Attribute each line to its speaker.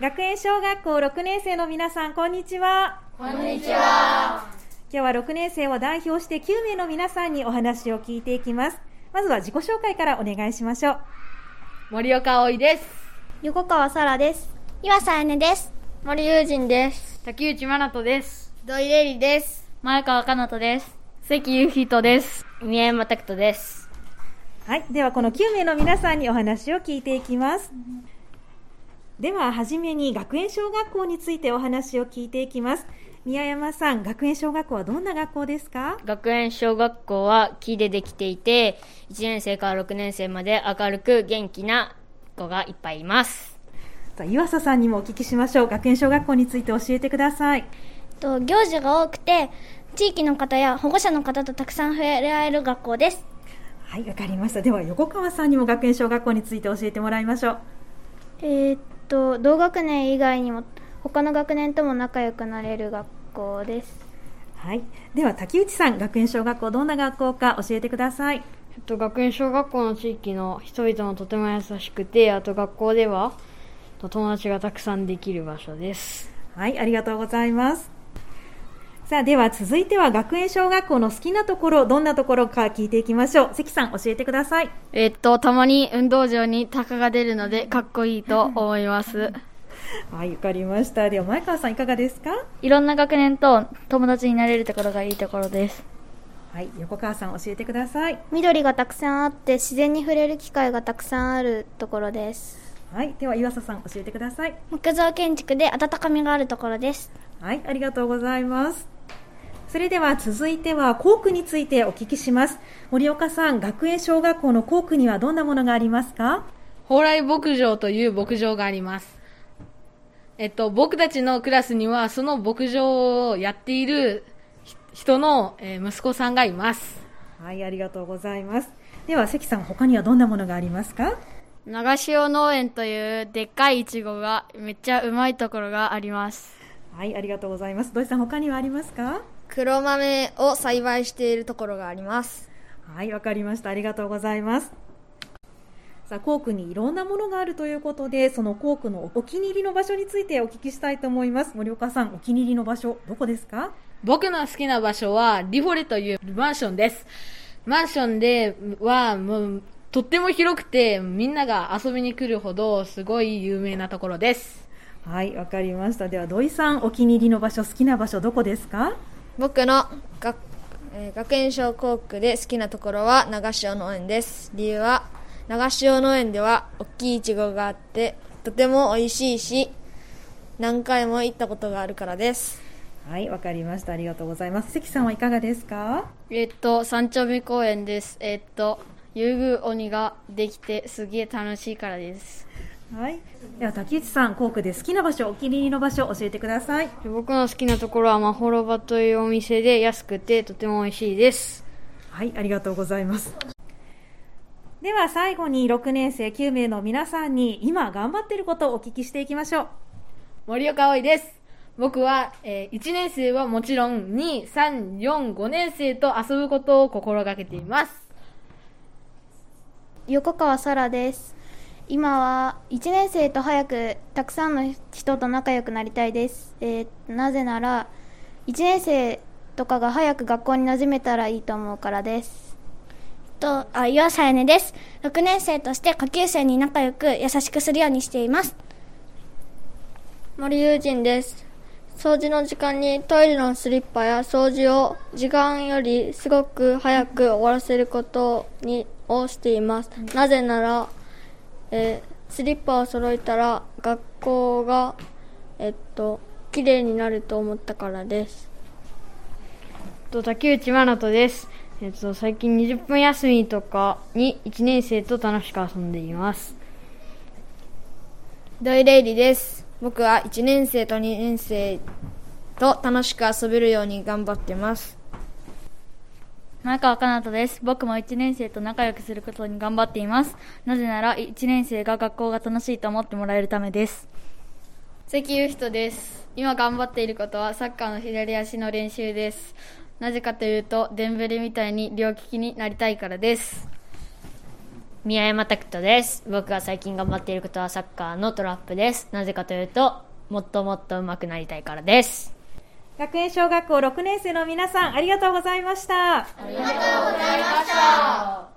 Speaker 1: 学園小学校6年生の皆さんこんにちは
Speaker 2: こんにちは
Speaker 1: 今日は6年生を代表して9名の皆さんにお話を聞いていきますまずは自己紹介からお願いしましょう
Speaker 3: 森岡葵です
Speaker 4: 横川さらです
Speaker 5: 岩佐彩音です
Speaker 6: 森友人です
Speaker 7: 竹内真奈人です
Speaker 8: 土井玲里です
Speaker 9: 前川かなとです
Speaker 10: 関ゆひとです
Speaker 11: 宮山拓人です
Speaker 1: はい、ではこの9名の皆さんにお話を聞いていきます。では、はじめに学園小学校についてお話を聞いていきます。宮山さん、学園小学校はどんな学校ですか
Speaker 11: 学園小学校は木でできていて、1年生から6年生まで明るく元気な子がいっぱいいます。
Speaker 1: 岩佐さんにもお聞きしましょう。学園小学校について教えてください。
Speaker 5: と行事が多くて、地域の方や保護者の方とたくさん触れ合える学校です。
Speaker 1: はい、わかりました。では横川さんにも学園小学校について教えてもらいましょう。
Speaker 12: えー、っと同学年以外にも他の学年とも仲良くなれる学校です。
Speaker 1: はい、では竹内さん、学園小学校どんな学校か教えてください。
Speaker 10: えっと学園小学校の地域の人々もとても優しくて、あと学校では友達がたくさんできる場所です。
Speaker 1: はい、ありがとうございます。さあ、では続いては学園小学校の好きなところ、どんなところか聞いていきましょう。関さん、教えてください。
Speaker 7: えー、っと、たまに運動場に鷹が出るので、かっこいいと思います。
Speaker 1: はい、わかりました。では、前川さん、いかがですか
Speaker 9: いろんな学年と友達になれるところがいいところです。
Speaker 1: はい、横川さん、教えてください。
Speaker 12: 緑がたくさんあって、自然に触れる機会がたくさんあるところです。
Speaker 1: はい、では岩佐さん教えてください。
Speaker 5: 木造建築で温かみがあるところです。
Speaker 1: はい、ありがとうございます。それでは続いては校区についてお聞きします。森岡さん、学園小学校の校区にはどんなものがありますか
Speaker 3: 蓬莱牧場という牧場があります。えっと、僕たちのクラスにはその牧場をやっている人の、えー、息子さんがいます。
Speaker 1: はい、ありがとうございます。では関さん、他にはどんなものがありますか
Speaker 7: 長潮農園というでっかいイチゴがめっちゃうまいところがあります
Speaker 1: はいありがとうございます土井さん他にはありますか
Speaker 8: 黒豆を栽培しているところがあります
Speaker 1: はいわかりましたありがとうございますさあ校区にいろんなものがあるということでその校区のお気に入りの場所についてお聞きしたいと思います森岡さんお気に入りの場所どこですか
Speaker 3: 僕の好きな場所はリフォレというマンションですマンションではもうとっても広くて、みんなが遊びに来るほど、すごい有名なところです。
Speaker 1: はい、わかりました。では、土井さん、お気に入りの場所、好きな場所、どこですか
Speaker 8: 僕の学,、えー、学園小校区で好きなところは、長潮農園です。理由は、長潮農園では、大きいイチゴがあって、とても美味しいし、何回も行ったことがあるからです。
Speaker 1: はい、わかりました。ありがとうございます。関さんはいかがですか
Speaker 9: えー、っと、三丁目公園です。えー、っと、遊具鬼ができてすげえ楽しいからです。
Speaker 1: はい。では竹内さん、校区で好きな場所、お気に入りの場所教えてください。
Speaker 10: 僕の好きなところはまほろばというお店で安くてとても美味しいです。
Speaker 1: はい、ありがとうございます。では最後に6年生9名の皆さんに今頑張ってることをお聞きしていきましょう。
Speaker 3: 森岡葵です。僕は、えー、1年生はもちろん2、3、4、5年生と遊ぶことを心がけています。
Speaker 12: 横川さらです今は1年生と早くたくさんの人と仲良くなりたいです、えー、なぜなら1年生とかが早く学校に馴染めたらいいと思うからです
Speaker 5: とあ岩さやねです6年生として下級生に仲良く優しくするようにしています
Speaker 6: 森友人です掃除の時間にトイレのスリッパや掃除を時間よりすごく早く終わらせることにをしています。なぜなら、えー、スリッパを揃えたら学校が、えっと、綺麗になると思ったからです。
Speaker 10: と竹内真人です。えっと、最近20分休みとかに1年生と楽しく遊んでいます。
Speaker 8: 土井玲里です。僕は1年生と2年生と楽しく遊べるように頑張ってます。
Speaker 9: 前川かなとです。僕も1年生と仲良くすることに頑張っています。なぜなら1年生が学校が楽しいと思ってもらえるためです。
Speaker 13: 関ゆひとです。今頑張っていることはサッカーの左足の練習です。なぜかというと、デンベレみたいに両利きになりたいからです。
Speaker 11: 宮山拓人です。僕が最近頑張っていることはサッカーのトラップです。なぜかというと、もっともっと上手くなりたいからです。
Speaker 1: 学園小学校6年生の皆さんありがとうございました。
Speaker 2: ありがとうございました。